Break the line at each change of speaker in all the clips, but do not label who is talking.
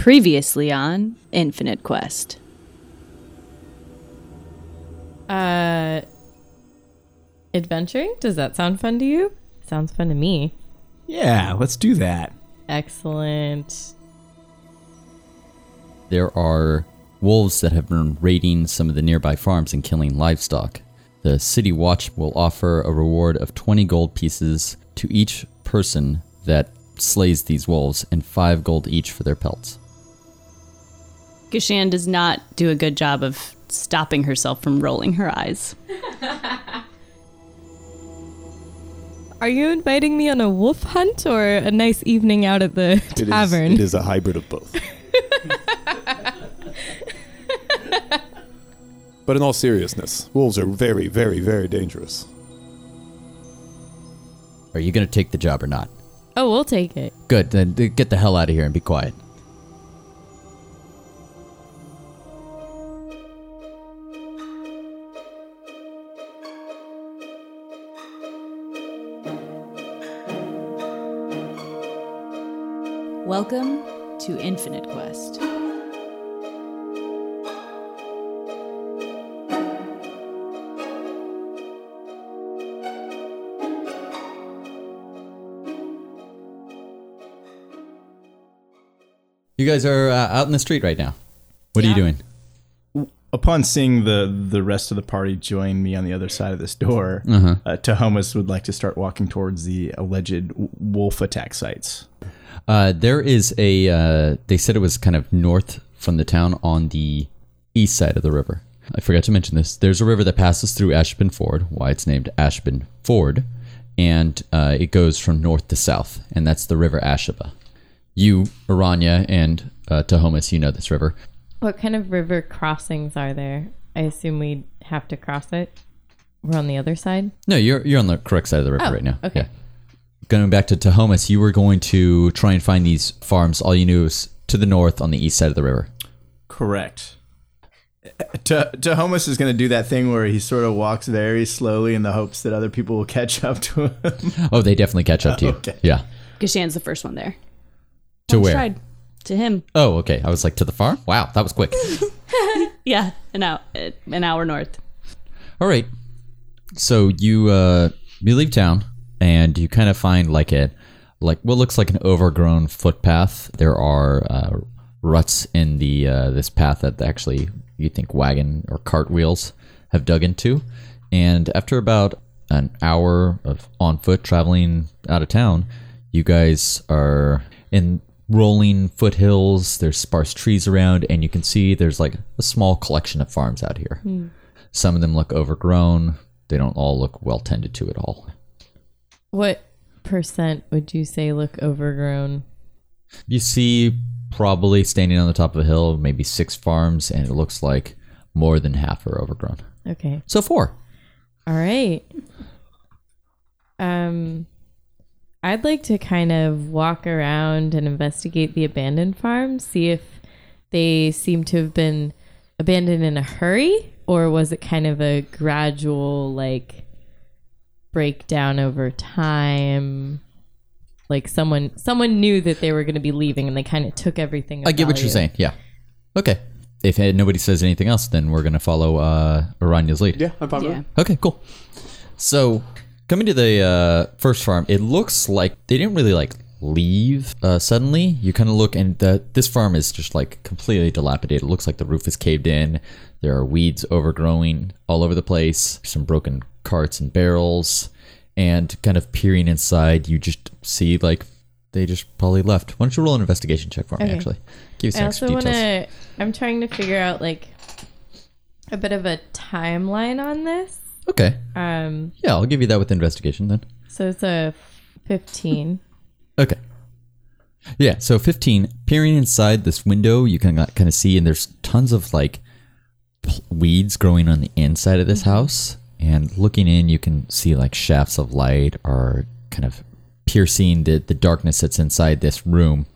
Previously on Infinite Quest.
Uh, adventuring? Does that sound fun to you? Sounds fun to me.
Yeah, let's do that.
Excellent.
There are wolves that have been raiding some of the nearby farms and killing livestock. The city watch will offer a reward of 20 gold pieces to each person that slays these wolves and 5 gold each for their pelts.
Gashan does not do a good job of stopping herself from rolling her eyes.
Are you inviting me on a wolf hunt or a nice evening out at the
It is-
tavern?
it is a hybrid of both. but in all seriousness, wolves are very, very, very dangerous.
Are you going to take the job or not?
Oh, we'll take it.
Good, then d- get the hell out of here and be quiet.
Welcome to Infinite Quest.
You guys are uh, out in the street right now. What are you doing?
Upon seeing the the rest of the party join me on the other side of this door, uh Tahomas would like to start walking towards the alleged w- wolf attack sites.
Uh, there is a. Uh, they said it was kind of north from the town on the east side of the river. I forgot to mention this. There's a river that passes through Ashburn Ford. Why it's named Ashburn Ford, and uh, it goes from north to south, and that's the River Ashaba. You, Aranya, and uh, Tahomas, you know this river.
What kind of river crossings are there? I assume we have to cross it. We're on the other side.
No, you're you're on the correct side of the river
Oh,
right now.
okay.
Going back to Tahomas, you were going to try and find these farms. All you knew was to the north on the east side of the river.
Correct. Uh, Ta- Tahomas is going to do that thing where he sort of walks very slowly in the hopes that other people will catch up to him.
Oh, they definitely catch up to you.
Okay.
Yeah.
Gashan's the first one there.
To where?
Tried to him.
Oh, okay. I was like, to the farm? Wow, that was quick.
Yeah, an hour, an hour north.
All right. So you uh you leave town and you kind of find like a like what looks like an overgrown footpath. There are uh, ruts in the uh, this path that actually you think wagon or cart wheels have dug into. And after about an hour of on foot traveling out of town, you guys are in rolling foothills. There's sparse trees around, and you can see there's like a small collection of farms out here. Some of them look overgrown. They don't all look well tended to at all.
What percent would you say look overgrown?
You see, probably standing on the top of a hill, maybe six farms, and it looks like more than half are overgrown.
Okay.
So four.
All right. Um, I'd like to kind of walk around and investigate the abandoned farm, see if they seem to have been abandoned in a hurry, or was it kind of a gradual like breakdown over time? Like someone someone knew that they were going to be leaving, and they kind of took everything. of
I get what you're
value.
saying. Yeah. Okay. If uh, nobody says anything else, then we're gonna follow uh, Aranya's lead.
Yeah, I'm fine with
Yeah.
that.
Okay, cool. So coming to the uh, first farm, it looks like they didn't really like leave uh, suddenly. You kind of look, and the, this farm is just like completely dilapidated. It looks like the roof is caved in. There are weeds overgrowing all over the place. Some broken carts and barrels, and kind of peering inside, you just see like they just probably left. Why don't you roll an investigation check for me?
Okay.
Actually, give you some
I
extra
also want
details.
to. I'm trying to figure out like a bit of a timeline on this.
Okay,
Um,
yeah, I'll give you that with investigation then.
so it's a 15.
Okay. Yeah, so 15. Peering inside this window, you can kind of see, and there's tons of like pl- weeds growing on the inside of this
Mm-hmm.
house. And looking in, you can see like shafts of light are kind of piercing the, the darkness that's inside this room.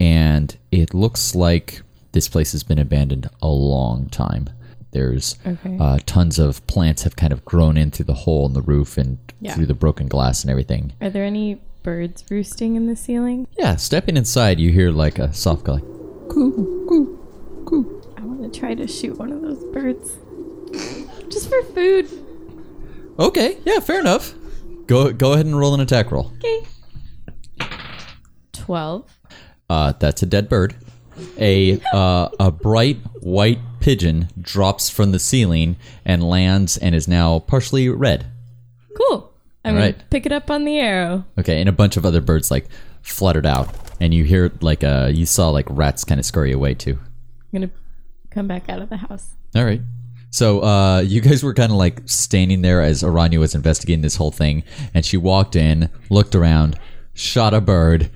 And it looks like this place has been abandoned a long time. There's
Okay.
uh, tons of plants have kind of grown in through the hole in the roof and
Yeah.
through the broken glass and everything.
Are there any birds roosting in the ceiling?
Yeah, stepping inside, you hear like a soft like,
I want to try to shoot one of those birds. Just for food.
Okay, yeah, fair enough. Go go ahead and roll an attack roll.
Okay. 12.
Uh, that's a dead bird. A uh, a bright white pigeon drops from the ceiling and lands and is now partially red.
Cool. I'm going to
Alright.
pick it up on the arrow.
Okay, and a bunch of other birds like fluttered out, and you hear like uh you saw like rats kind of scurry away too.
I'm going to come back out of the house.
All right. So uh, you guys were kind of like standing there as Aranya was investigating this whole thing, and she walked in, looked around, shot a bird,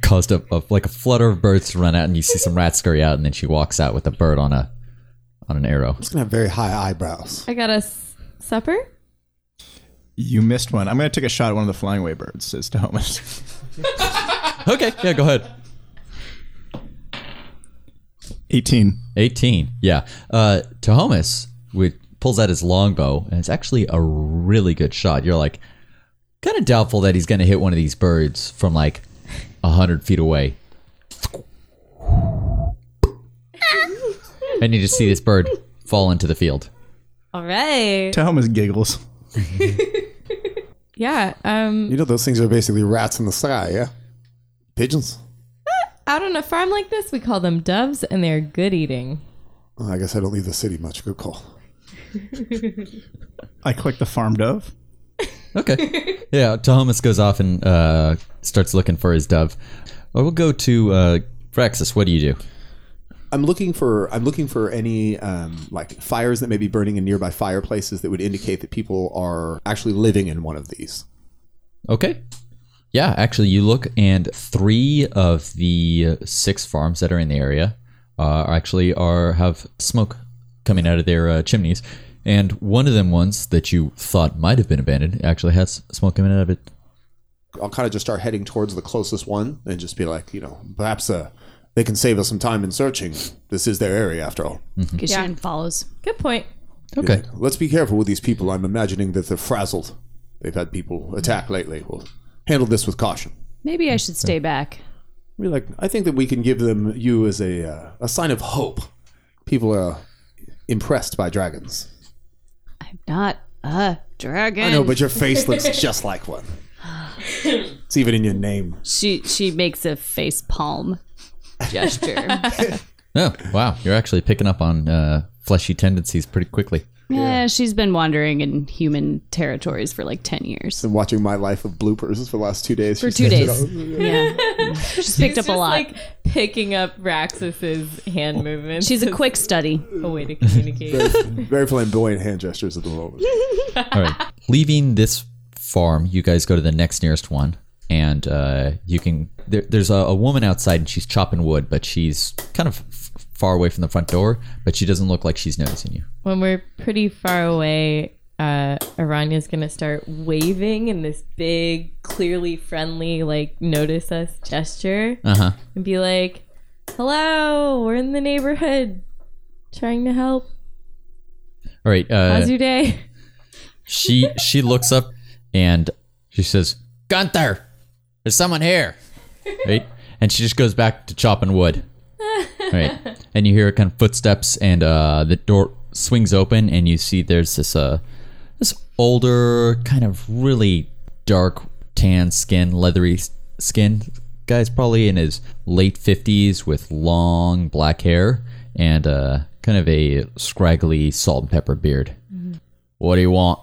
caused a, a like a flutter of birds to run out, and you see some rats scurry out, and then she walks out with a bird on a on an arrow.
It's gonna have very high eyebrows.
I got a s- supper.
You missed one. I'm going to take a shot at one of the flying away birds, says Thomas.
Okay, yeah, go ahead.
18.
18. Yeah. Uh, Tahomas with, pulls out his longbow, and it's actually a really good shot. You're like, kind of doubtful that he's going to hit one of these birds from like 100 feet away. and you just see this bird fall into the field.
All right.
Thomas giggles.
Yeah. Um,
You know those things are basically rats in the sky, yeah? Pigeons.
out on a farm like this, we call them doves, and they're good eating.
Well, I guess I don't leave the city much. Good call.
I click the farm dove.
Okay. yeah, Tahomas goes off and uh, starts looking for his dove. Well, we'll go to uh, Fraxis. What do you do?
I'm looking for I'm looking for any um, like fires that may be burning in nearby fireplaces that would indicate that people are actually living in one of these.
Okay. Yeah, actually, you look, and three of the six farms that are in the area uh, actually are have smoke coming out of their uh, chimneys, and one of them ones that you thought might have been abandoned actually has smoke coming out of it.
I'll kind of just start heading towards the closest one and just be like, you know, perhaps uh, they can save us some time in searching. This is their area after all.
Hmm.
Gishan follows.
Good point.
Okay.
Let's be careful with these people. I'm imagining that they're frazzled. They've had people attack lately. We'll handle this with caution.
Maybe I should stay back.
Be like, I think that we can give them you as a uh, a sign of hope. People are impressed by dragons.
I'm not a dragon.
I know, but your face looks just like one. It's even in your name.
she she makes a face palm gesture.
Oh, wow. You're actually picking up on uh, fleshy tendencies pretty quickly.
yeah, she's been wandering in human territories for like ten years.
I'm watching my life of bloopers for the last two days.
For two days. Yeah. She's picked up a
It's just
lot.
like picking up Raxus's hand movements.
She's a quick study.
a way to communicate.
Very flamboyant hand gestures at the moment.
All right. Leaving this farm, you guys go to the next nearest one, and uh, you can. There, there's a, a woman outside, and she's chopping wood, but she's kind of f- far away from the front door. But she doesn't look like she's noticing you.
when we're pretty far away, uh, Aranya's gonna start waving in this big, clearly friendly, like notice us gesture,
Uh huh.
and be like, "Hello, we're in the neighborhood, trying to help.
All right.
How's
Uh,
your day?"
she she looks up and she says, "Gunther, there's someone here." Right. And she just goes back to chopping wood. Right. And you hear kind of footsteps, and uh, the door swings open, and you see there's this uh this older, kind of really dark tan skin, leathery s- skin. Guy's probably in his late 50s with long black hair and uh, kind of a scraggly salt and pepper beard. What do you want?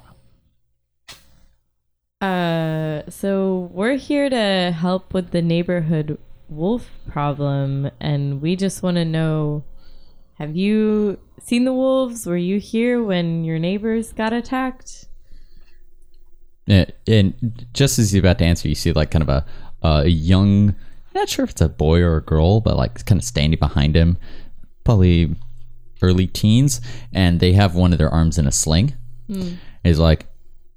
Uh, so we're here to help with the neighborhood wolf problem, and we just want to know: Have you seen the wolves? Were you here when your neighbors got attacked?
And, Eh, and just as you're about to answer, you see like kind of a, a young, not sure if it's a boy or a girl, but like kind of standing behind him, probably early teens, and they have one of their arms in a sling. He's like,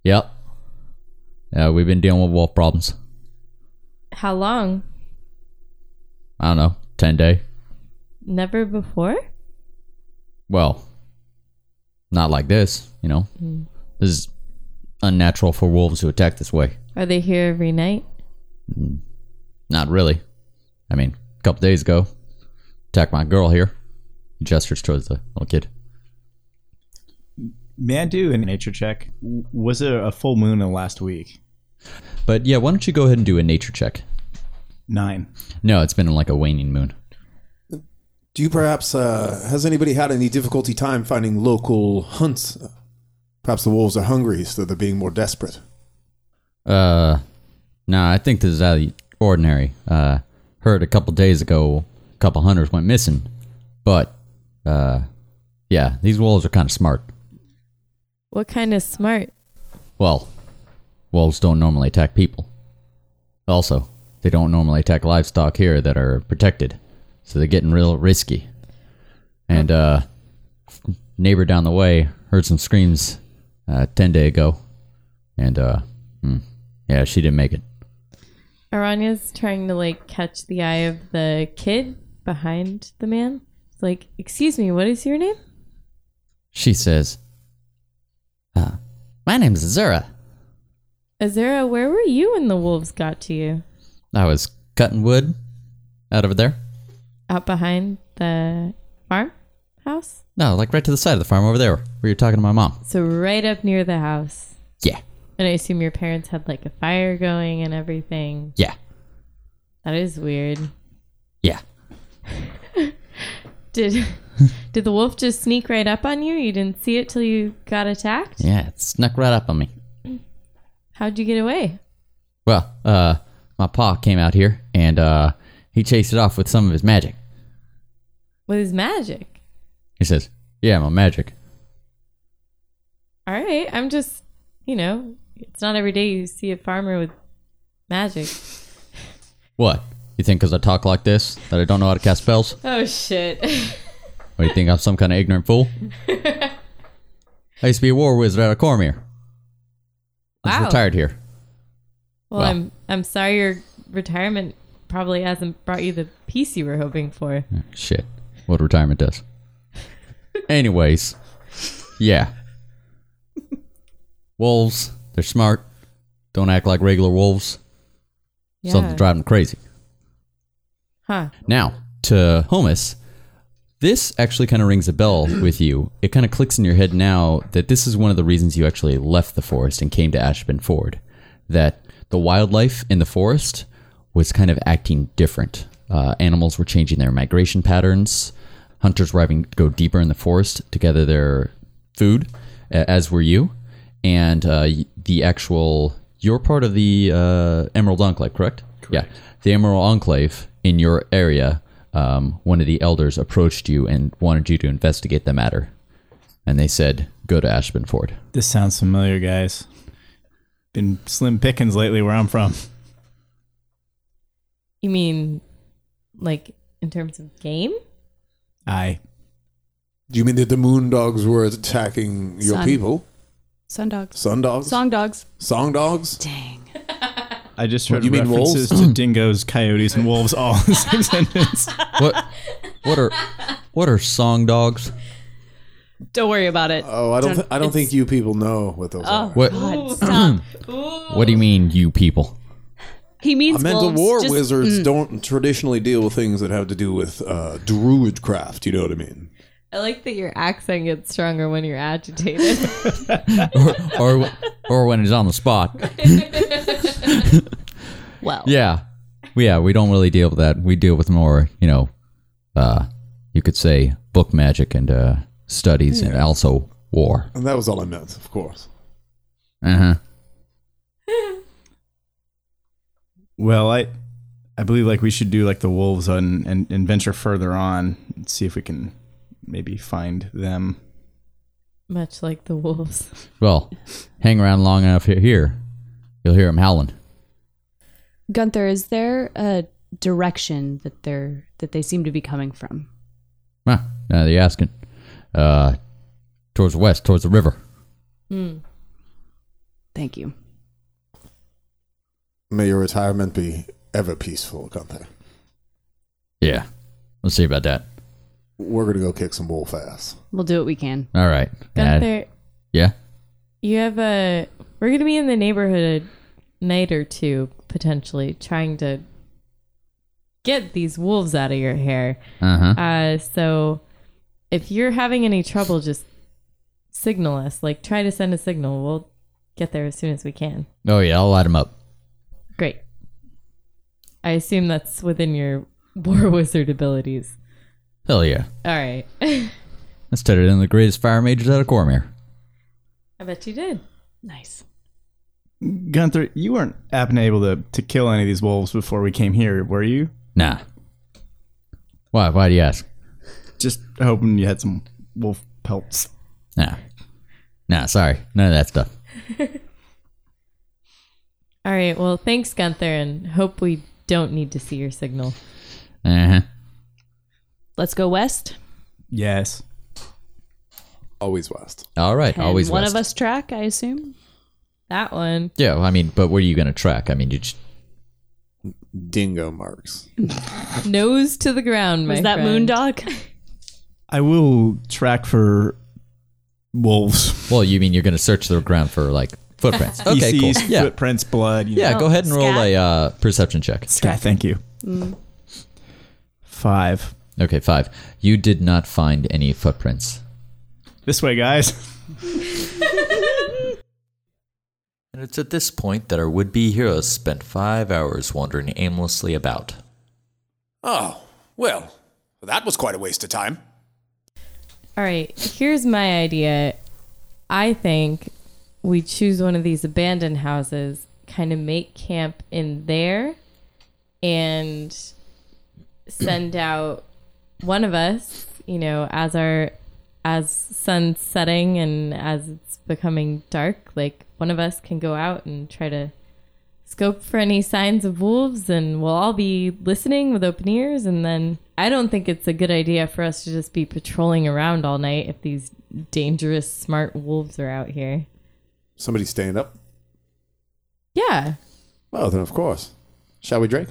"Yep, uh, we've been dealing with wolf problems.
How long?
I don't know, ten day.
Never before?
Well, not like this, you know. This is unnatural for wolves to attack this way.
Are they here every night?
Not really. I mean, a couple days ago, attack my girl here. He gestures towards the little kid.
May I do a nature check? W- Was there a full moon in the last week?
But yeah, why don't you go ahead and do a nature check?
Nine.
No, it's been like a waning moon.
Do you perhaps uh, has anybody had any difficulty time finding local hunts? Perhaps the wolves are hungry, so they're being more desperate.
Uh, nah, I think this is out of the ordinary. Uh, heard a couple days ago, a couple hunters went missing, but uh, yeah, these wolves are kind of smart.
What kind of smart?
Well, wolves don't normally attack people. Also, they don't normally attack livestock here that are protected, so they're getting real risky. And uh, neighbor down the way heard some screams uh, ten day ago, and uh, hmm, yeah, she didn't make it.
Aranya's trying to like catch the eye of the kid behind the man. It's like, excuse me, what is your name?
She says, uh, My name's Zura.
Azura, where were you when the wolves got to you?
I was cutting wood out over there.
Out behind the farm house?
No, like right to the side of the farm over there where you're talking to my mom.
So right up near the house.
Yeah,
And I assume your parents had like a fire going and everything.
yeah,
That is weird.
yeah.
Did did the wolf just sneak right up on you? You didn't see it till you got attacked?
Yeah, it snuck right up on me.
How'd you get away?
Well, uh, my pa came out here and uh, he chased it off with some of his magic.
With his magic.
He says, Yeah, my magic.
All right. I'm just, you know, it's not every day you see a farmer with magic.
What? You think 'cause I talk like this that I don't know how to cast spells?
Oh, shit.
Or you think I'm some kind of ignorant fool? I used to be a war wizard out of Cormier. I
Wow.
was retired here.
Well, I'm I'm sorry your retirement probably hasn't brought you the peace you were hoping for.
Shit. What retirement does. Anyways, yeah. wolves, they're smart. Don't act like regular wolves.
Yeah.
Something drives them crazy.
Huh.
Now, to Homus, this actually kind of rings a bell with you. It kind of clicks in your head now that this is one of the reasons you actually left the forest and came to Ashburn Ford. That the wildlife in the forest was kind of acting different. Uh, animals were changing their migration patterns. Hunters were having to go deeper in the forest to gather their food, a- as were you. And uh, y- the actual, you're part of the uh, Emerald Enclave, correct? Yeah. The Emerald Enclave in your area, um, one of the elders approached you and wanted you to investigate the matter. And they said, go to Ashburn Ford.
This sounds familiar, guys. Been slim pickings lately where I'm from.
You mean like in terms of game?
I.
Do you mean that the moon dogs were attacking your
Sun.
people?
Sun dogs.
Sun dogs?
Song dogs.
Song dogs?
Dang.
I just heard
You mean
references to dingoes, coyotes, and wolves all in the same sentence.
What, what are, what are song dogs?
Don't worry about it.
Oh, I don't. Th- I don't think you people know what
Oh,
those are.
What,
God, stop.
what do you mean, you people?
He
I
means
meant the
wolves.
war
Just- mm.
wizards don't traditionally deal with things that have to do with uh, druid craft. You know what I mean?
I like that your accent gets stronger when you're agitated.
or, or, or when it's on the spot.
Well,
Yeah. Well, Yeah, we don't really deal with that. We deal with more, you know, uh, you could say book magic and uh, studies and also war.
And that was all I meant, of course.
Uh huh.
Well, I I believe like we should do like the wolves and and, and venture further on and see if we can maybe find them.
Much like the wolves.
Well, hang around long enough he- here, you'll hear him howling.
Gunther, is there a direction that they're that they seem to be coming from?
Huh, now they're asking. Uh, towards the west, towards the river.
Thank you.
May your retirement be ever peaceful, Gunther.
Yeah. We'll see about that.
We're gonna go kick some wolf ass.
We'll do what we can.
All right. Yeah.
Gunther,
yeah.
you have a. We're going to be in the neighborhood a night or two, potentially, trying to get these wolves out of your hair.
Uh-huh.
Uh, so if you're having any trouble, just signal us. Like try to send a signal. We'll get there as soon as we can.
Oh yeah, I'll light him up.
Great. I assume that's within your war wizard abilities.
Hell yeah.
All right.
Let's turn it in the greatest fire mages out of Cormyr.
I bet you did.
Nice.
Gunther, you weren't happen able to, to kill any of these wolves before we came here, were you?
Nah. Why? Why do you ask?
Just hoping you had some wolf pelts.
Nah. Nah. Sorry. None of that stuff.
All right. Well, thanks, Gunther, and hope we don't need to see your signal.
Uh huh.
Let's go west.
Yes.
Always west.
All right.
And
always
one
west.
of us track, I assume.
That one.
Yeah. well, I mean, but what are you gonna track? I mean, you just
Dingo marks.
Nose to the ground, my
Was that
friend.
Moondog?
I will track for wolves.
well, you mean you're gonna search the ground for like footprints? Okay. Cool.
feces,
Yeah.
E footprints, blood. You
Yeah.
Know.
Go ahead and roll
scat.
a uh, perception check.
Yeah, thank you. Five.
Okay. Five. You did not find any footprints.
This way, guys.
And it's at this point that our would be heroes spent five hours wandering aimlessly about.
Oh, well, that was quite a waste of time.
All right, here's my idea. I think we choose one of these abandoned houses, kind of make camp in there, and send out one of us, you know, as our as sun's setting and as it's becoming dark, like one of us can go out and try to scope for any signs of wolves and we'll all be listening with open ears and then I don't think it's a good idea for us to just be patrolling around all night if these dangerous smart wolves are out here.
Somebody stand up.
Yeah.
Well, then of course. Shall we drink?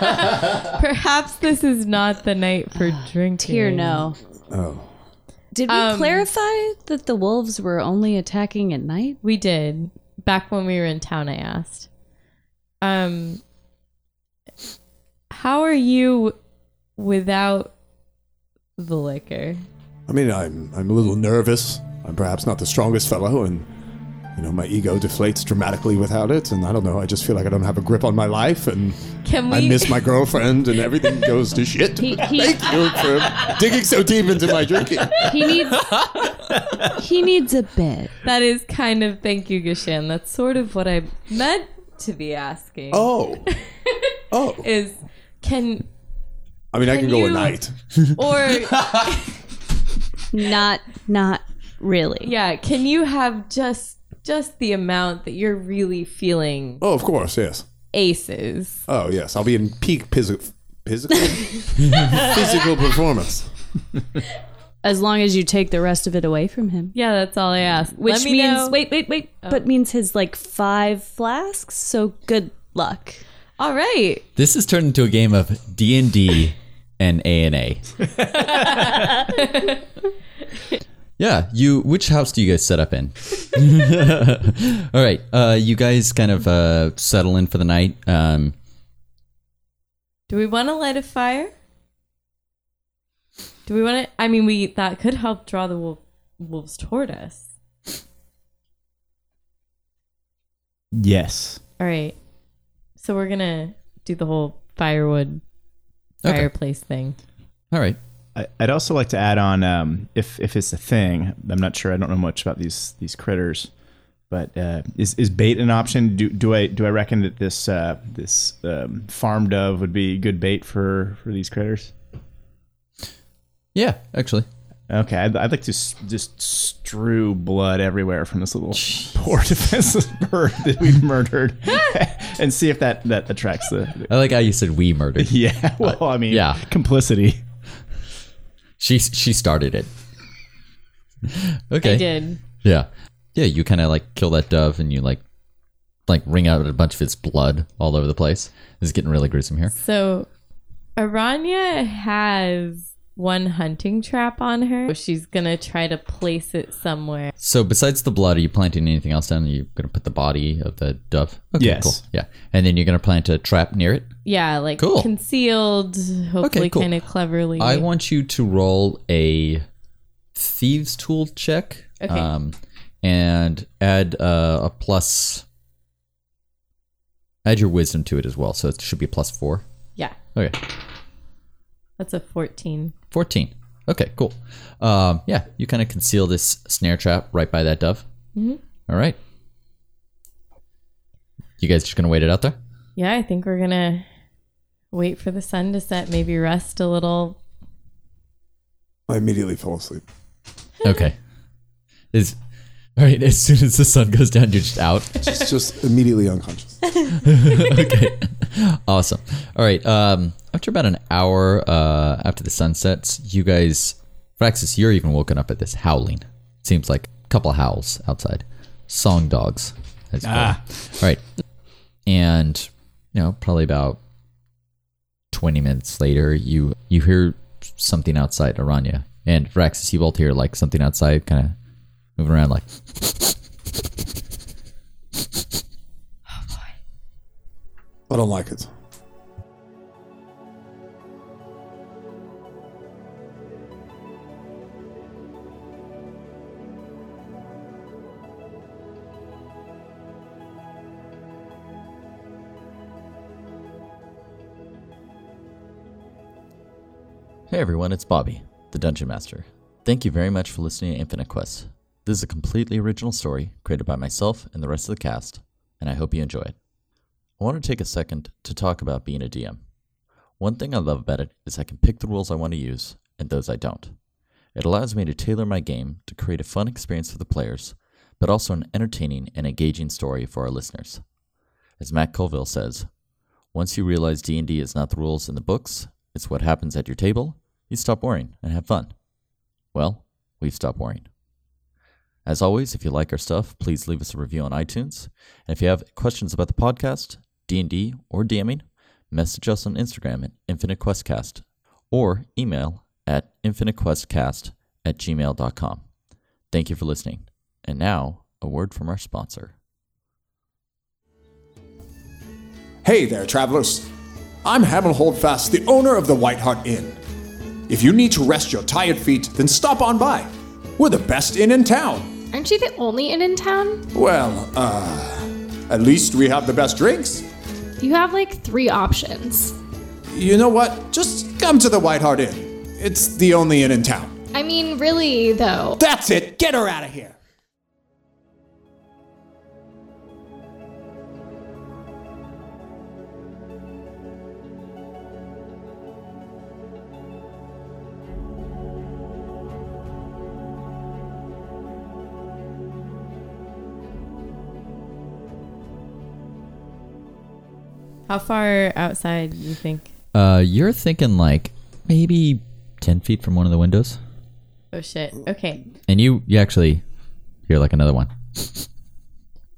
Perhaps this is not the night for drinking.
Here, no.
Oh.
Did we clarify that the wolves were only attacking at night?
We did. Back when we were in town I asked. Um how are you without the liquor?
I mean, I'm I'm a little nervous. I'm perhaps not the strongest fellow, and you know my ego deflates dramatically without it. And I don't know. I just feel like I don't have a grip on my life, and
Can we
I miss my girlfriend, and everything goes to shit.
He, he,
Thank you for digging so deep into my drinking.
he needs he needs a bed.
That is kind of thank you, Gashan. That's sort of what I meant to be asking.
Oh, oh.
Is can
I mean, I can
Can
go a
you-
night.
or
Not not really.
yeah, can you have just just the amount that you're really feeling
Oh, of course, yes.
aces?
Oh, yes. I'll be in peak physical, physical, physical performance.
As long as you take the rest of it away from him. Um,
Yeah, that's all I asked.
Which
Let me
means
know-
wait, wait, wait. But means his like five flasks, so good luck.
All right.
This has turned into a game of D and D and A and A. Yeah, you. Which house do you guys set up in? All right, uh, you guys kind of uh, settle in for the night. Um,
Do we want to light a fire? Do we want to? I mean, we that could help draw the wolf, wolves toward us.
Yes.
All right. So we're gonna do the whole firewood
Okay.
fireplace thing.
all right.
I- I'd also like to add on um, if if it's a thing. I'm not sure. I don't know much about these these critters, but uh, is is bait an option? Do do I do I reckon that this uh, this um, farm dove would be good bait for for these critters?
Yeah, actually.
Okay, I'd, I'd like to s- just strew blood everywhere from this little poor defenseless bird that we murdered, and see if that that attracts the.
I like how you said we murdered.
Yeah. Well, I mean,
yeah.
complicity.
She she started it. Okay.
I did.
Yeah. Yeah, you kind of like kill that dove and you like like wring out a bunch of its blood all over the place. This is getting really gruesome here.
So Aranya has one hunting trap on her. She's gonna try to place it somewhere.
So besides the blood, are you planting anything else down? Are you gonna put the body of the dove? Okay,
Yes.
cool. Yeah. And then you're gonna plant a trap near it?
Yeah, like
Cool.
concealed, hopefully
cool.
kind of cleverly.
I want you to roll a thieves tool check.
Okay.
Um, and add uh, a plus. Add your wisdom to it as well, so it should be plus four.
yeah,
Okay,
that's a fourteen.
fourteen. Okay, cool. Um, yeah, you kind of conceal this snare trap right by that dove. Mm-hmm. right. You guys just gonna wait it out there?
Yeah, I think we're gonna wait for the sun to set. Maybe rest a little.
I immediately fall asleep.
Okay. Is all right. As soon as the sun goes down, you're just out.
Just, just immediately unconscious.
okay. Awesome. All right. Um, after about an hour uh, after the sun sets, you guys, Fraxis, you're even woken up at this howling. Seems like a couple howls outside. Song dogs. That's ah. All right. And, you know, probably about 20 minutes later, you you hear something outside Aranya. And Fraxis, you both hear like something outside kind of moving around like,
I don't like it.
Hey everyone, it's Bobby, the Dungeon Master. Thank you very much for listening to Infinite Quest. This is a completely original story created by myself and the rest of the cast, and I hope you enjoy it. I want to take a second to talk about being a DM. One thing I love about it is I can pick the rules I want to use and those I don't. It allows me to tailor my game to create a fun experience for the players, but also an entertaining and engaging story for our listeners. As Matt Colville says, once you realize D&D is not the rules in the books, it's what happens at your table, you stop worrying and have fun. Well, we've stopped worrying. As always, if you like our stuff, please leave us a review on iTunes. And if you have questions about the podcast, D&D, or DMing, message us on Instagram at InfiniteQuestCast or email at InfiniteQuestCast at gmail.com. Thank you for listening. And now, a word from our sponsor.
Hey there, travelers. I'm Hamel Holdfast, the owner of the White Hart Inn. If you need to rest your tired feet, then stop on by. We're the best inn in town.
Aren't you the only inn in town?
Well, uh, at least we have the best drinks.
You have like three options.
You know what? Just come to the White Hart Inn. It's the only inn in town.
I mean, really, though.
That's it. Get her out of here.
How far outside you think?
Uh, you're thinking like maybe 10 feet from one of the windows.
Oh shit. Okay.
And you, you actually hear like another one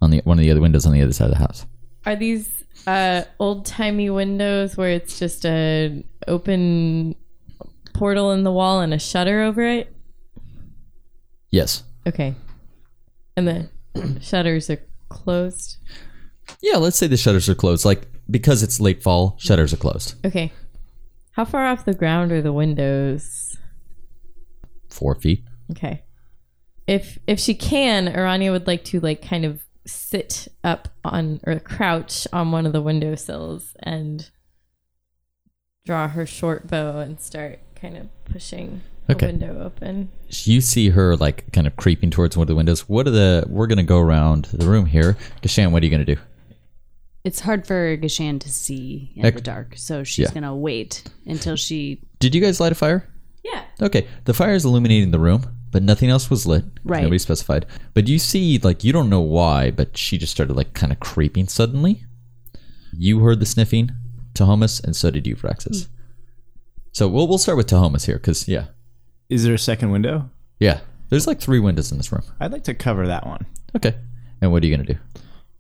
on the one of the other windows on the other side of the house.
Are these uh, old timey windows where it's just a open portal in the wall and a shutter over it?
Yes.
Okay. And the shutters are closed.
Yeah. Let's say the shutters are closed, like because it's late fall, shutters are closed.
Okay. How far off the ground are the windows?
Four feet.
Okay. If if she can, Aranya would like to like kind of sit up on or crouch on one of the windowsills and draw her short bow and start kind of pushing
Okay.
the window open.
You see her like kind of creeping towards one of the windows. What are the? We're gonna go around the room here. Gashan, what are you gonna do?
It's hard for Gashan to see in
Ec-
the dark, so she's
Yeah.
gonna wait until she
Did you guys light a fire?
Yeah.
Okay, the fire is illuminating the room, but nothing else was lit.
Right.
Nobody specified. But you see, like, you don't know why, but she just started, like, kind of creeping suddenly. You heard the sniffing, Tahomas, and so did you, Fraxis. So we'll, we'll start with Tahomas here, because, yeah.
Is there a second window?
Yeah. There's, like, three windows in this room.
I'd like to cover that one.
Okay. And what are you going to do?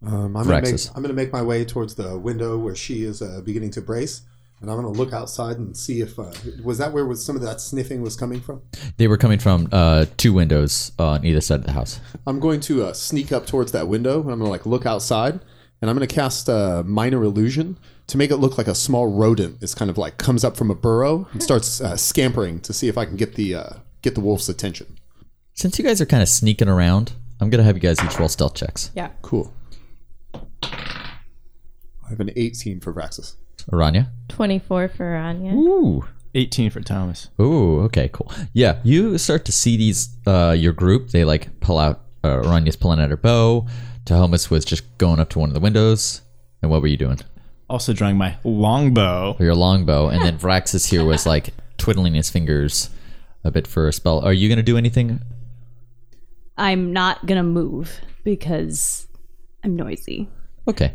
Um, I'm
gonna make- Braxis.
I'm going to make my way towards the window where she is uh, beginning to brace.
and I'm going to look outside and see if uh, was that where was some of that sniffing was coming from.
They were coming from uh, two windows on either side of the house.
I'm going to uh, sneak up towards that window and I'm going to like look outside and I'm going to cast a minor illusion to make it look like a small rodent is kind of like comes up from a burrow and starts uh, scampering to see if I can get the uh, get the wolf's attention.
Since you guys are kind of sneaking around, I'm gonna have you guys each roll stealth checks.
Yeah.
Cool. I have an 18 for Vraxus.
Aranya.
24 for Anya.
Ooh.
18 for Thomas.
Ooh. Okay. Cool. Yeah. You start to see these. Uh, your group. They like pull out. Uh, Aranya's pulling out her bow. Tahomas was just going up to one of the windows. And what were you doing?
Also drawing my longbow.
Or your longbow. And then Vraxus here was like twiddling his fingers a bit for a spell. Are you gonna do anything?
I'm not gonna move because I'm noisy.
Okay.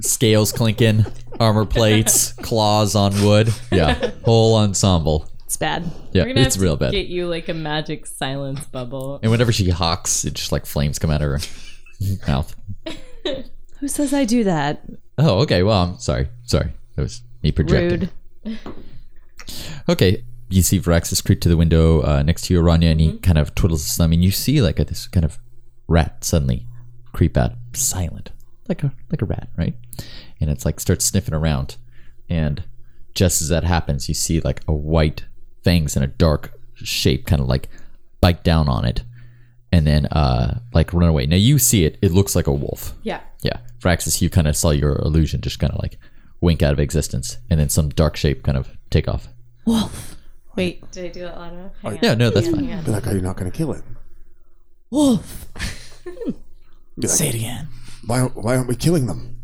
Scales clinking, armor plates, claws on wood. Yeah, whole ensemble.
It's bad.
Yeah,
We're gonna
it's
have to
real bad.
Get you like a magic silence bubble.
And whenever she hawks, it just like flames come out of her mouth.
Who says I do that?
Oh, okay. Well, I'm sorry. Sorry. That was me projecting.
Rude.
Okay. You see Varaxis creep to the window uh, next to you, Aranya, and he kind of twiddles his thumb. And you see like a, this kind of rat suddenly creep out, silent, like a like a rat, right? And it's like starts sniffing around. And just as that happens, you see like a white fangs and a dark shape kind of like bite down on it, and then uh like run away. Now you see it; it looks like a wolf.
Yeah.
Yeah. Fraxis, you kind of saw your illusion just kind of like wink out of existence, and then some dark shape kind of take off.
Wait, did I do it auto? Hang
Oh, Yeah, no, that's fine.
Be like, oh, you're not going to kill it.
Wolf.
Say it again.
Why, why aren't we killing them?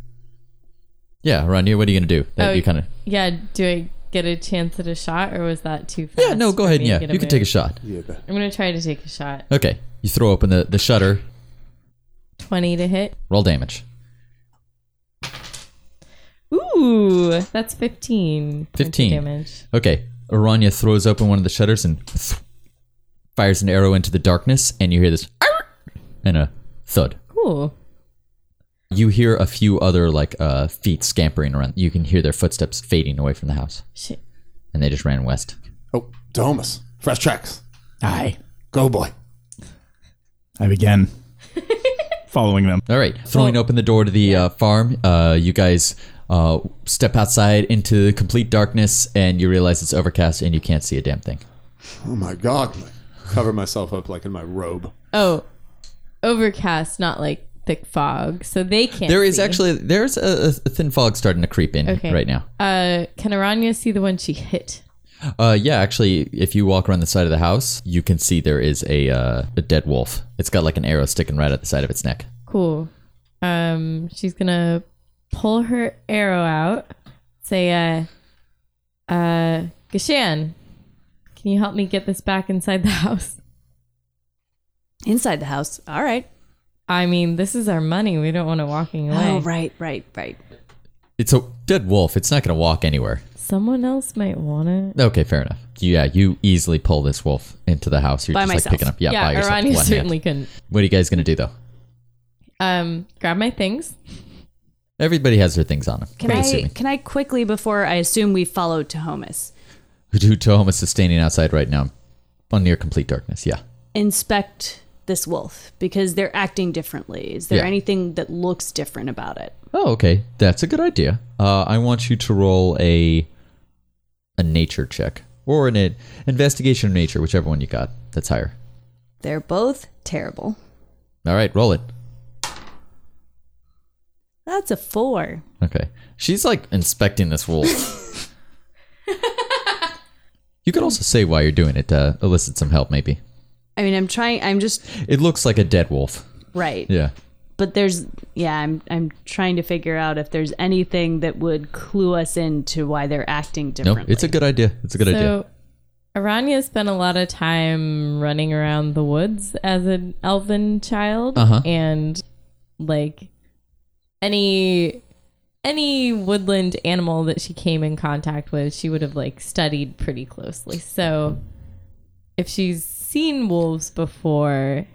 Yeah, Rania, what are you gonna do? That
Oh,
you kind of.
Yeah, do I get a chance at a shot or was that too fast?
Yeah, no, go
for
ahead.
me to
Yeah,
get
you can take a
move?
shot.
I'm going to try to take a shot.
Okay, you throw open the the shutter.
20 to hit.
Roll damage.
Ooh, that's 15.
15.
damage.
Okay, Aranya throws open one of the shutters and fires an arrow into the darkness, and you hear this "Arr!" and a thud.
Cool.
You hear a few other like uh, feet scampering around. You can hear their footsteps fading away from the house,
Shit.
and they just ran west.
Oh, Domus. Fresh tracks.
Aye.
Go, boy.
I began following them.
All right, throwing open the door to the uh, farm, uh, you guys uh, step outside into the complete darkness, and you realize it's overcast and you can't see a damn thing.
Oh, my God. Cover myself up like in my robe.
Oh, overcast, not like thick fog. So they can't.
There is
see.
actually there's a, a thin fog starting to creep in
Okay.
right now.
Uh, can Aranya see the one she hit?
Uh, yeah, actually, if you walk around the side of the house, you can see there is a uh, a dead wolf. It's got like an arrow sticking right out the side of its neck.
Cool. Um, she's gonna pull her arrow out. Say, uh, uh, Gashan, can you help me get this back inside the house?
Inside the house. All right.
I mean, this is our money. We don't want it walking away.
Oh, right, right, right.
It's a dead wolf. It's not gonna walk anywhere.
Someone else might want it.
Okay, fair enough. Yeah, you easily pull this wolf into the house. You're
By
just
myself.
like picking up. Yeah, by yourself. with
Aranya
one
certainly
hand.
couldn't.
What are you guys gonna do though?
Um, grab my things.
Everybody has their things on them.
Can
I'm
I
assuming.
can I quickly before I assume we follow Tahomas
Who Tohomas is standing outside right now, on near complete darkness. Yeah.
inspect this wolf because they're acting differently. Is there
Yeah.
anything that looks different about it?
Oh, okay. That's a good idea. Uh, I want you to roll a a nature check or an in- investigation of nature, whichever one you got. That's higher.
They're both terrible.
All right, roll it.
That's a four.
Okay. She's like inspecting this wolf. you could also say why you're doing it to elicit some help, maybe.
I mean, I'm trying. I'm just
It looks like a dead wolf.
right.
Yeah.
but there's yeah i'm i'm trying to figure out if there's anything that would clue us into why they're acting
No,
differently
it's a good idea. It's a good idea.
So, Aranya spent a lot of time running around the woods as an elven child,
Uh-huh.
and like any any woodland animal that she came in contact with, she would have like studied pretty closely. So, if she's seen wolves before,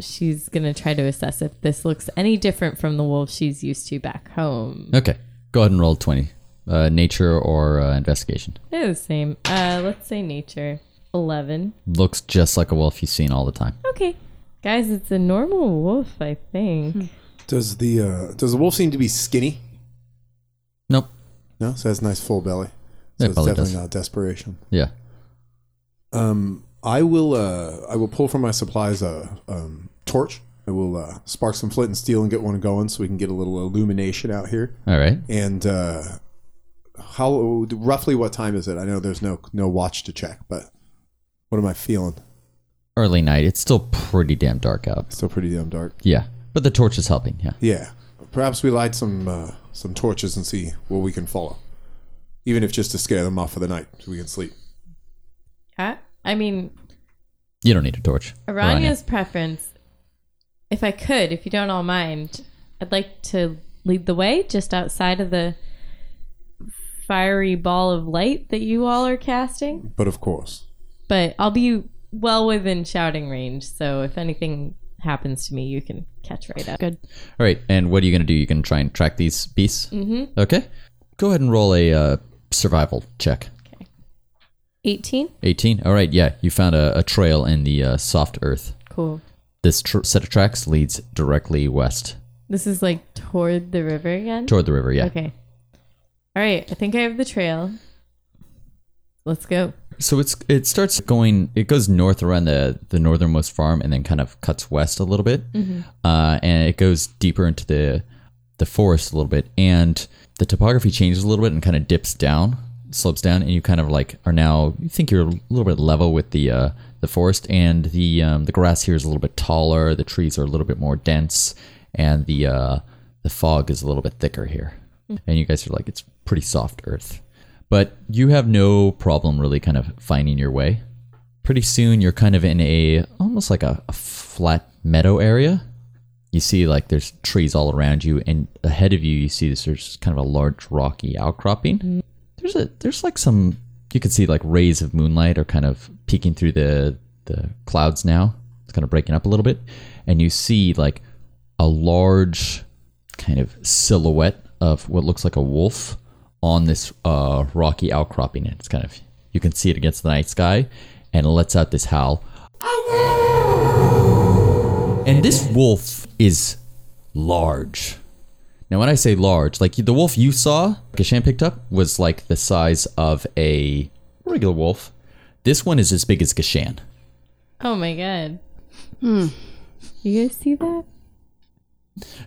she's gonna try to assess if this looks any different from the wolves she's used to back home.
Okay. Go ahead and roll 20. Uh, nature or uh, investigation.
They're the same. Uh, let's say nature. 11.
Looks just like a wolf you've seen all the time.
Okay. Hmm. Guys, it's a normal wolf, I think.
Does the uh, does the wolf seem to be skinny?
Nope.
No, so it has a nice full belly. So
It
it's
probably
definitely
does.
not desperation.
Yeah.
Um, I will uh, I will pull from my supplies a um, torch. I will uh, spark some flint and steel and get one going so we can get a little illumination out here.
All right.
And uh, how roughly what time is it? I know there's no no watch to check, but what am I feeling?
Early night. It's still pretty damn dark out.
Still pretty damn dark.
Yeah. But the torch is helping. Yeah.
Yeah, perhaps we light some uh, some torches and see what we can follow, even if just to scare them off for the night so we can sleep.
Yeah. I mean,
You don't need a torch.
Aranya's preference, if I could, if you don't all mind, I'd like to lead the way just outside of the fiery ball of light that you all are casting.
But of course,
But I'll be well within shouting range, so if anything happens to me, you can catch right up. Good.
All right. And what are you going to do? You can try and track these beasts. Mm-hmm. Okay. Go ahead and roll a uh, survival check.
18?
18. All right. Yeah. You found a, a trail in the uh, soft earth.
Cool.
This tr- set of tracks leads directly west
This is like toward the river again?
toward the river. Yeah.
Okay. All right. I think I have the trail. Let's go.
So it's it starts going. It goes north around the the northernmost farm, and then kind of cuts west a little bit, uh, and it goes deeper into the the forest a little bit. And the topography changes a little bit and kind of dips down, slopes down, and you kind of like are now. You think you're a little bit level with the uh, the forest, and the um, the grass here is a little bit taller. The trees are a little bit more dense, and the uh, the fog is a little bit thicker here. And you guys are like, it's pretty soft earth but you have no problem really kind of finding your way. Pretty soon, you're kind of in a almost like a, a flat meadow area. You see, like there's trees all around you, and ahead of you, you see this. There's kind of a large rocky outcropping. There's a there's like some you can see like rays of moonlight are kind of peeking through the the clouds now. It's kind of breaking up a little bit, and you see like a large kind of silhouette of what looks like a wolf on this uh, rocky outcropping. It's kind of you can see it against the night sky, and it lets out this howl. And this wolf is large. Now, when I say large, like the wolf you saw, Gashan picked up, was like the size of a regular wolf. This one is as big as Gashan.
Oh my god. You guys see that?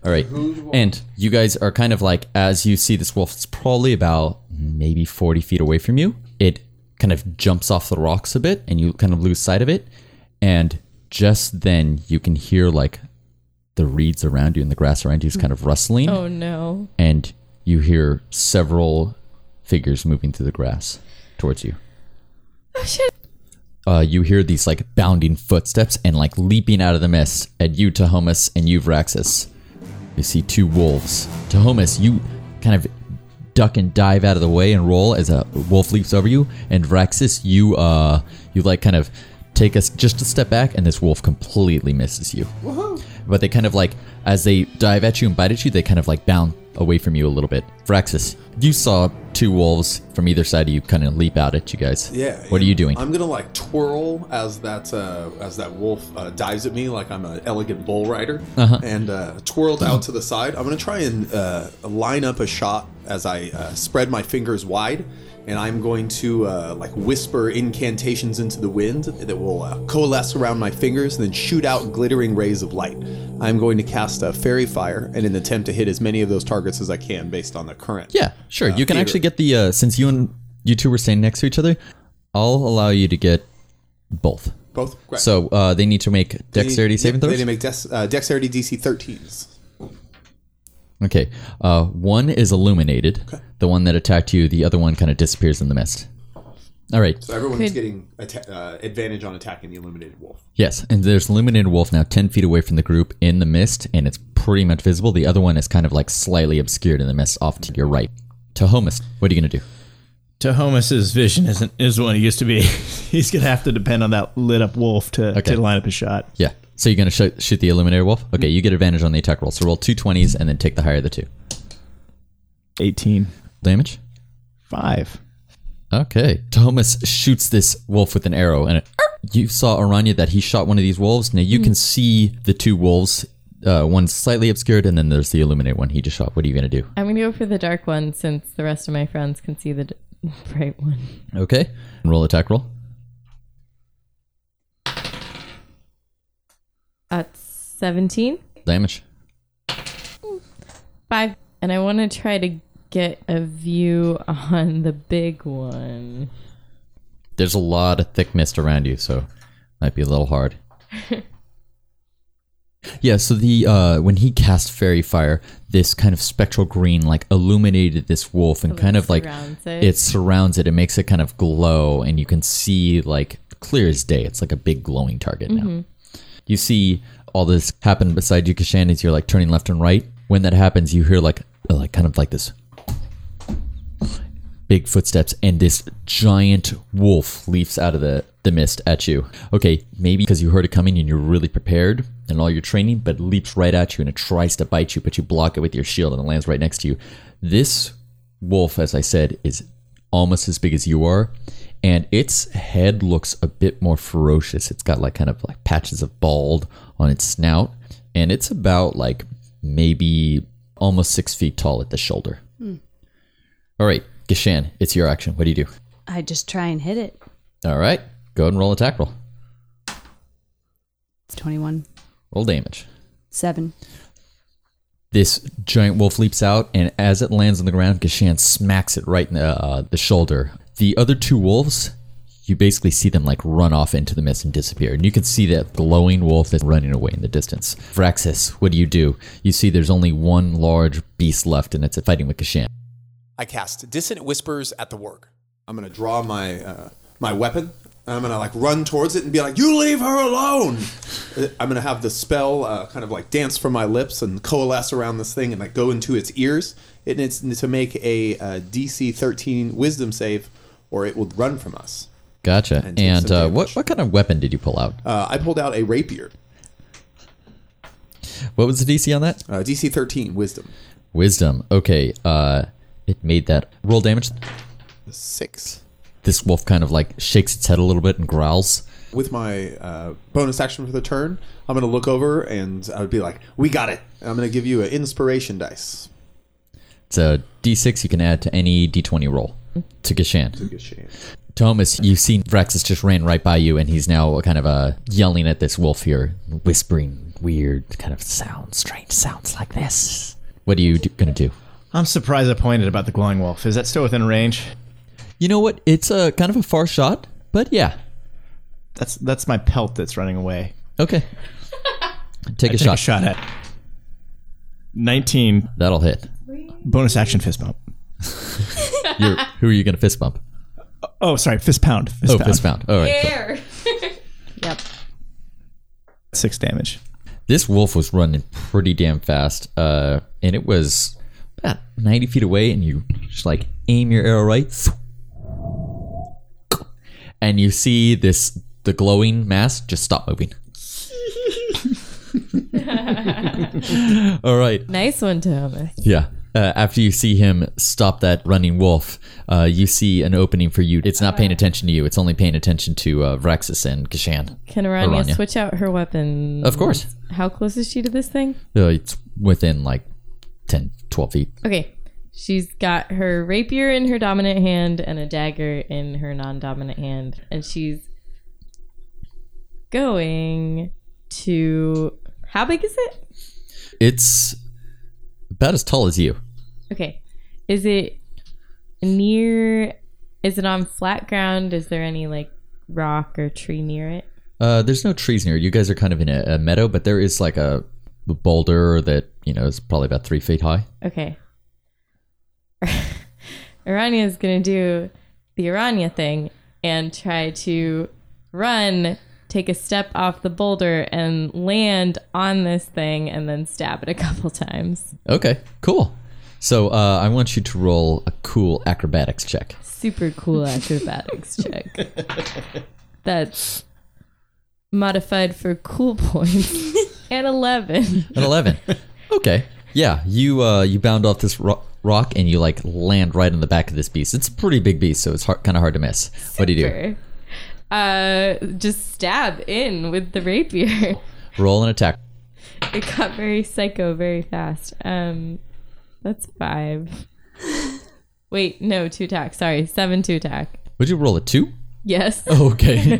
All right. And you guys are kind of like, as you see this wolf, it's probably about maybe 40 feet away from you. It kind of jumps off the rocks a bit and you kind of lose sight of it. And just then you can hear like the reeds around you and the grass around you is kind of rustling.
Oh no.
And you hear several figures moving through the grass towards you. Uh, you hear these like bounding footsteps and like leaping out of the mist at you, Tahomas, and you, Vraxis. You see two wolves. Tahomas, you kind of duck and dive out of the way and roll as a wolf leaps over you, and Vraxis, you uh, you like kind of take us just a step back, and this wolf completely misses you. But they kind of like as they dive at you and bite at you, they kind of like bound away from you a little bit. Vraxis, you saw two wolves from either side of you kind of leap out at you guys.
Yeah.
What are you doing?
I'm gonna like twirl as that uh, as that wolf uh, dives at me like I'm an elegant bull rider,
Uh-huh.
and uh, twirled out to the side. I'm gonna try and uh, line up a shot as I uh, spread my fingers wide, and I'm going to uh, like whisper incantations into the wind that will uh, coalesce around my fingers and then shoot out glittering rays of light. I'm going to cast a fairy fire in an attempt to hit as many of those targets as I can based on the current.
Yeah, sure. you can actually get the uh, since you and you two were standing next to each other, I'll allow you to get both.
both. Great.
So uh, they need to make dexterity saving
They
throws.
need to make dex- uh, dexterity DC 13s.
okay, uh, one is illuminated. The one that attacked you, the other one kind of disappears in the mist. All right.
So everyone's getting atta- uh, advantage on attacking the illuminated wolf.
Yes, and there's illuminated wolf now ten feet away from the group in the mist, and it's pretty much visible. The other one is kind of like slightly obscured in the mist off to your right. Tahomas, what are you gonna do?
Tahomas's vision isn't is what it used to be. He's gonna have to depend on that lit up wolf to, to line up his shot.
Yeah. So you're gonna sh- shoot
Mm-hmm.
the illuminated wolf. Okay, you get advantage on the attack roll. So roll two twenties and then take the higher of the two.
18.
Damage?
Five.
Okay. Thomas shoots this wolf with an arrow, and it, er, you saw Aranya that he shot one of these wolves. Now you can see the two wolves. Uh, one's slightly obscured, and then there's the illuminate one he just shot. What are you gonna do?
I'm gonna go for the dark one since the rest of my friends can see the d- bright one.
Okay. Roll attack roll.
At 17,
Damage.
five, and I want to try to get a view on the big one.
There's a lot of thick mist around you, so might be a little hard. yeah. So the uh, when he cast fairy fire, this kind of spectral green like illuminated this wolf and kind of like
Oh, surrounds it.
it. surrounds it. It makes it kind of glow, and you can see like clear as day. It's like a big glowing target
Mm-hmm.
now. You see all this happen beside you, Kashan, as you're like turning left and right. When that happens, you hear like uh, like kind of like this big footsteps and this giant wolf leaps out of the, the mist at you. Okay, maybe because you heard it coming and you're really prepared and all your training, but it leaps right at you and it tries to bite you, but you block it with your shield and it lands right next to you. This wolf, as I said, is almost as big as you are, and its head looks a bit more ferocious. It's got like kind of like patches of bald on its snout, and it's about like maybe almost six feet tall at the shoulder. All right, Gishan, it's your action. What do you do?
I just try and hit it.
All right, go ahead and roll attack roll.
It's 21,
Roll damage.
7.
This giant wolf leaps out, and as it lands on the ground, Gishan smacks it right in the, uh, the shoulder. The other two wolves, you basically see them like run off into the mist and disappear. And you can see that glowing wolf that's running away in the distance. Vraxis, what do you do? You see there's only one large beast left, and it's fighting with Gishan.
I cast Dissonant Whispers at the work. I'm gonna draw my uh, my weapon. And I'm gonna like run towards it and be like, "You leave her alone." Uh, I'm gonna have the spell uh, kind of like dance from my lips and coalesce around this thing and like go into its ears. It needs to make a uh, DC 13 Wisdom save, or it will run from us.
Gotcha.
And
And,
takes some
uh,
damage.
what, what kind of weapon did you pull out?
Uh, I pulled out a rapier,
What was the DC on that?
uh, DC 13 Wisdom,
Wisdom. Okay. Uh, it made that roll damage.
six.
This wolf kind of like shakes its head a little bit and growls.
With my uh, bonus action for the turn, I'm gonna look over and I would be like, "We got it." And I'm gonna give you an inspiration dice.
It's a D6 you can add to any D20 roll. To Gashan.
Good shit.
Thomas, you've seen Vraxis just ran right by you, and he's now kind of uh, yelling at this wolf here, whispering weird kind of sounds, strange sounds like this. What are you do- going to do?
I'm surprised I pointed about the glowing wolf. Is that still within range?
You know what? It's a kind of a far shot, but yeah.
That's that's my pelt that's running away.
Okay. Take a
Take
shot.
a shot at. 19
That'll hit.
bonus action fist bump.
You're, who are you going to fist bump?
Oh, sorry, fist pound. Fist
oh,
pound.
fist pound. All right.
Yep.
Six damage.
this wolf was running pretty damn fast, uh, and it was about ninety feet away, and you just like aim your arrow right, and you see this the glowing mass just stop moving. All right,
Nice one, Thomas.
yeah. Uh, after you see him stop that running wolf, uh, you see an opening for you. It's not paying attention to you. It's only paying attention to uh, Vraxis and Kashan.
Can Aranya,
Aranya.
switch out her weapon?
Of course,
How close is she to this thing?
uh, it's within like 10, 12 feet.
Okay. She's got her rapier in her dominant hand and a dagger in her non dominant hand. And she's going to. How big is it?
It's about as tall as you.
Okay. Is it near. Is it on flat ground? Is there any like rock or tree near it?
Uh, there's no trees near. You guys are kind of in a, a meadow, but there is like a boulder that you know is probably about three feet high.
Okay. Aranya is going to do the Aranya thing and try to run, take a step off the boulder, and land on this thing and then stab it a couple times.
Okay, cool. So uh, I want you to roll a cool acrobatics check.
Super cool acrobatics check. That's modified for cool points and 11.
An eleven. okay. Yeah, you uh, you bound off this ro- rock and you like land right on the back of this beast. It's a pretty big beast, so it's hard, kind of hard to miss. What do you do?
Sure. Uh, just stab in with the rapier.
Roll an attack.
It got very psycho very fast. Um, that's five. Wait, no, two tack. Sorry, seven two tack.
Would you roll a two?
Yes.
Oh, Okay.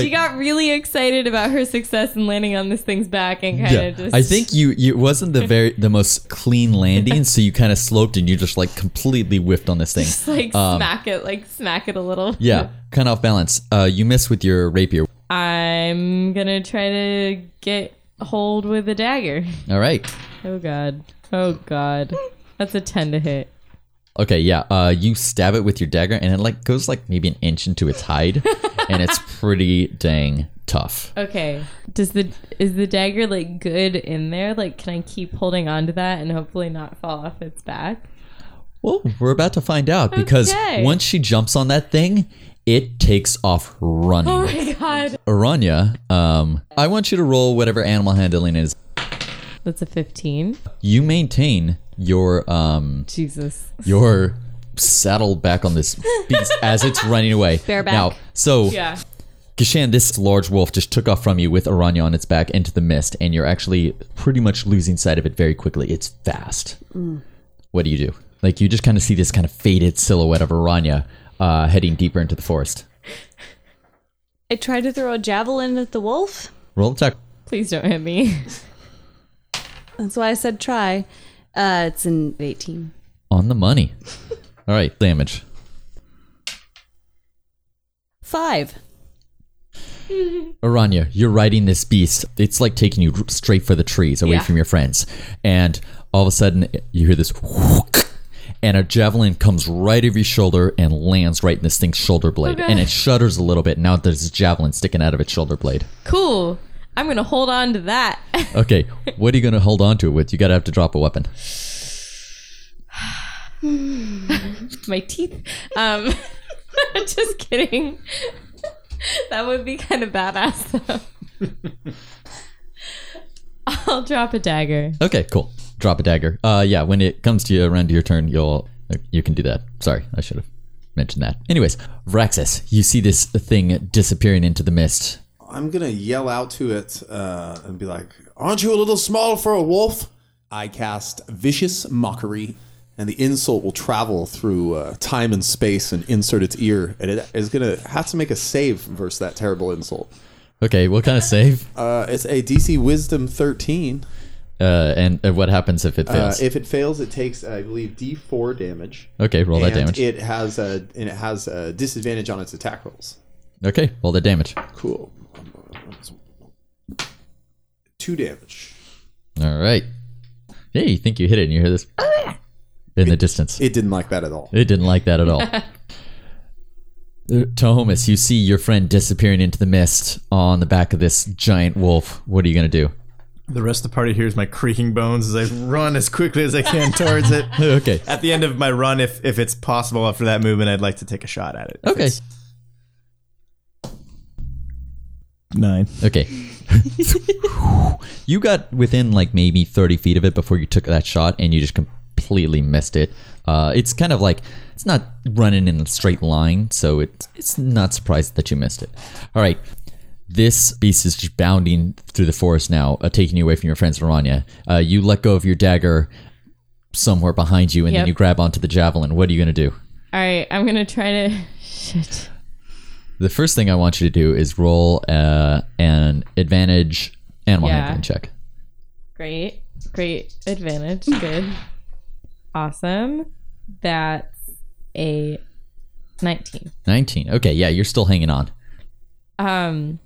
She got really excited about her success in landing on this thing's back and kind
yeah.
of just.
I think you, you it wasn't the very the most clean landing, so you kind of sloped and you just like completely whiffed on this thing.
just like smack it, like smack it a little.
um, Yeah, kind of off balance. Uh, you miss with your rapier.
I'm gonna try to get hold with a dagger.
All right.
Oh god. Oh god. That's a ten to hit.
Okay, yeah. Uh, you stab it with your dagger, and it like goes like maybe an inch into its hide, and it's pretty dang tough.
Okay. Does the is the dagger like good in there? Like, can I keep holding on to that and hopefully not fall off its back?
Well, we're about to find out because
Okay.
once she jumps on that thing, it takes off running.
Oh my god.
Aranya, um, I want you to roll whatever animal handling is.
That's a fifteen.
You maintain your um
Jesus.
your saddle back on this beast as it's running away.
Bareback.
Now, so
Yeah.
Kishan, this large wolf just took off from you with Aranya on its back into the mist, and you're actually pretty much losing sight of it very quickly. It's fast. What do you do? Like, you just kind of see this kind of faded silhouette of Aranya uh, heading deeper into the forest.
I tried to throw a javelin at the wolf.
Roll attack.
Please don't hit me.
That's why I said try. Uh, it's an 18.
On the money. All right, damage.
Five.
Aranya, you're riding this beast. It's like taking you straight for the trees away
Yeah.
from your friends. And all of a sudden, you hear this whook, and a javelin comes right over your shoulder and lands right in this thing's shoulder blade. And it shudders a little bit. Now there's a javelin sticking out of its shoulder blade.
Cool. I'm gonna hold on to that.
Okay, what are you going to hold on to it with? You got to have to drop a weapon.
my teeth. Um, just kidding. that would be kind of badass though. I'll drop a dagger.
Okay, cool. Drop a dagger. Uh, yeah, when it comes to you around your turn, you'll uh, you can do that. Sorry, I should have mentioned that. Anyways, Vraxis, you see this thing disappearing into the mist.
I'm gonna yell out to it uh, and be like, "Aren't you a little small for a wolf?" I cast vicious mockery, and the insult will travel through uh, time and space and insert its ear, and it is gonna have to make a save versus that terrible insult.
Okay, what kind of save?
Uh, it's a DC Wisdom 13.
Uh, and, and what happens if it
Uh,
fails?
if it fails, it takes, I believe, D4 damage.
okay, roll that
and
damage.
It has a and it has a disadvantage on its attack rolls.
okay, roll the damage.
Cool. Two damage.
All right. Yeah, you think you hit it and you hear this in the distance.
It didn't like that at all.
It didn't like that at all. Uh, Tohomas, you see your friend disappearing into the mist on the back of this giant wolf. What are you going to do?
The rest of the party hears my creaking bones as I run as quickly as I can towards it.
Okay.
At the end of my run, if if it's possible after that movement, I'd like to take a shot at it. If
Okay.
it's- Nine.
Okay. you got within like maybe 30 feet of it before you took that shot and you just completely missed it. Uh, it's kind of like it's not running in a straight line, so it's it's not surprised that you missed it. All right. This beast is just bounding through the forest now, uh, taking you away from your friends, Varanya. Uh, you let go of your dagger somewhere behind you, and
Yep.
then you grab onto the javelin. What are you going to do?
All right, I'm gonna try to. Shit.
The first thing I want you to do is roll uh, an advantage animal
Yeah.
handling check.
Great, great advantage. Good, awesome. That's a nineteen.
19. Okay, yeah, you're still hanging on.
Um,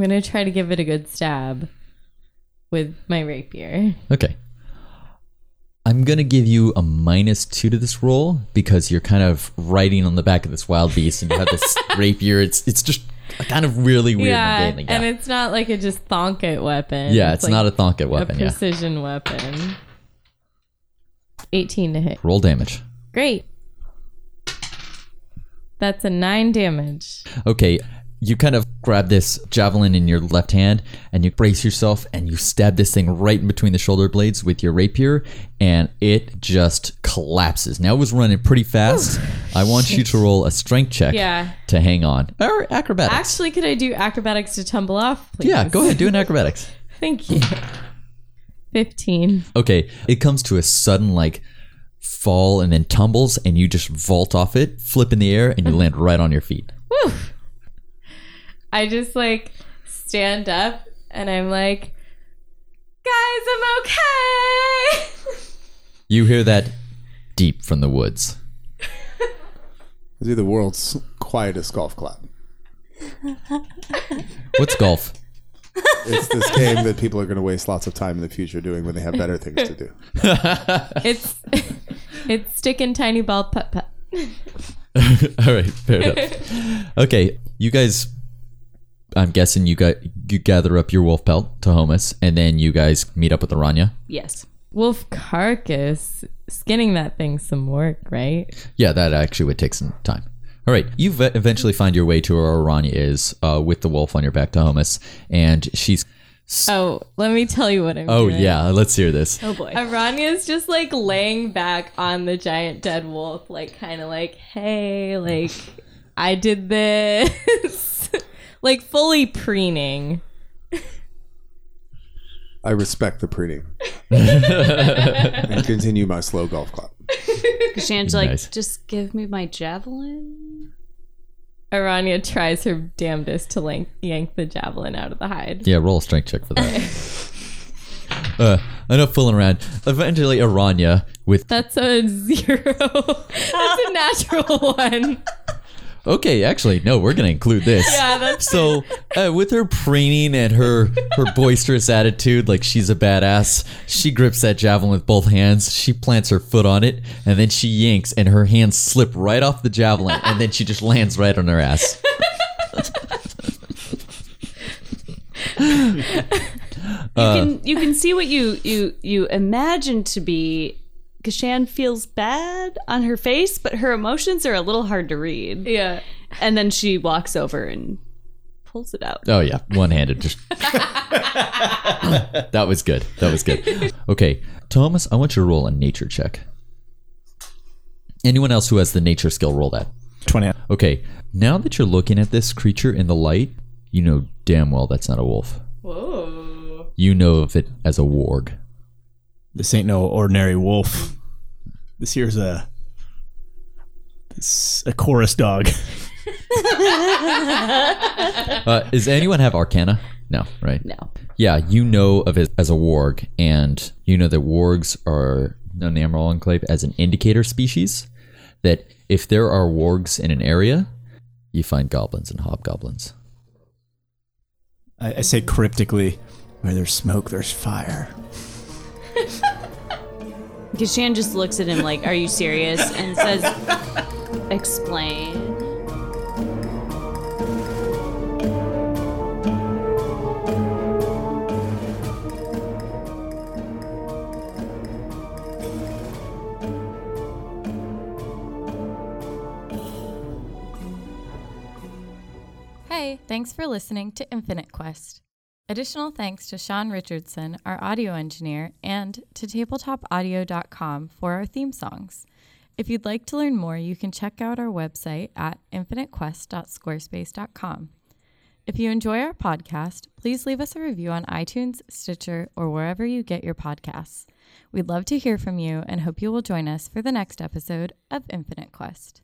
I'm gonna try to give it a good stab with my rapier.
Okay. I'm going to give you a minus two to this roll because you're kind of riding on the back of this wild beast and you have this rapier. It's it's just kind of really weird.
yeah,
and,
and
yeah.
it's not like a just thonk it weapon.
yeah, it's, not a Thonket
a
weapon. Yeah.
precision weapon. 18 to hit.
Roll damage.
Great. That's a 9 damage.
Okay, you kind of grab this javelin in your left hand and you brace yourself and you stab this thing right in between the shoulder blades with your rapier and it just collapses. Now it was running pretty fast. I want you to roll a strength check
Oh, Yeah.
to hang on. Or acrobatics.
Actually, could I do acrobatics to tumble off? Please?
yeah, go ahead, do an acrobatics.
Thank you. 15.
Okay, it comes to a sudden like fall and then tumbles and you just vault off it, flip in the air and you land right on your feet.
Woo! I just like stand up and I'm like, guys, I'm okay.
You hear that deep from the woods.
I do the world's quietest golf clap.
What's golf?
It's this game that people are going to waste lots of time in the future doing when they have better things to do.
it's it's stick and tiny ball putt putt.
All right, fair enough. Okay, you guys. I'm guessing you got you gather up your wolf pelt to Homus, and then you guys meet up with Aranya.
Yes.
Wolf carcass. Skinning that thing's some work, right?
Yeah, that actually would take some time. All right, you ve- eventually find your way to where Aranya is uh, with the wolf on your back to Homus, and she's.
Oh, let me tell you what I'm
Oh
doing.
yeah, let's hear this.
Oh boy.
Aranya's just like laying back on the giant dead wolf, like kind of like, hey, like I did this, like fully preening.
I respect the preening. and continue my slow golf clap.
Shan's like,
Nice.
just give me my javelin.
Aranya tries her damnedest to like yank the javelin out of the hide.
Yeah, roll a strength check for that. uh, enough fooling around. Eventually, Aranya with
That's a zero. That's a natural one.
Okay, actually, no, we're gonna include this.
Yeah, that's-
so. Uh, with her preening and her her boisterous attitude, like she's a badass, she grips that javelin with both hands. She plants her foot on it, and then she yanks, and her hands slip right off the javelin, and then she just lands right on her ass.
you can you can see what you you you imagine to be. Kashan feels bad on her face, but her emotions are a little hard to read.
Yeah.
And then she walks over and pulls it out.
Oh yeah, one handed. Just that was good. That was good. Okay, Thomas, I want you to roll a nature check. Anyone else who has the nature skill, roll that.
20.
Okay, now that you're looking at this creature in the light, you know damn well that's not a wolf.
Whoa.
You know of it as a warg.
This ain't no ordinary wolf. This here's a this, a chorus dog.
Uh, does anyone have Arcana? No, right?
No.
Yeah, you know of it as a warg, and you know that wargs are known in the Emerald Enclave as an indicator species. That if there are wargs in an area, you find goblins and hobgoblins.
I, I say cryptically, where there's smoke, there's fire.
Kashan just looks at him like, "Are you serious?" and says, "Explain."
Hey, thanks for listening to Infinite Quest. Additional thanks to Sean Richardson, our audio engineer, and to tabletopaudio.com for our theme songs. If you'd like to learn more, you can check out our website at infinitequest.squarespace.com. If you enjoy our podcast, please leave us a review on iTunes, Stitcher, or wherever you get your podcasts. We'd love to hear from you and hope you will join us for the next episode of Infinite Quest.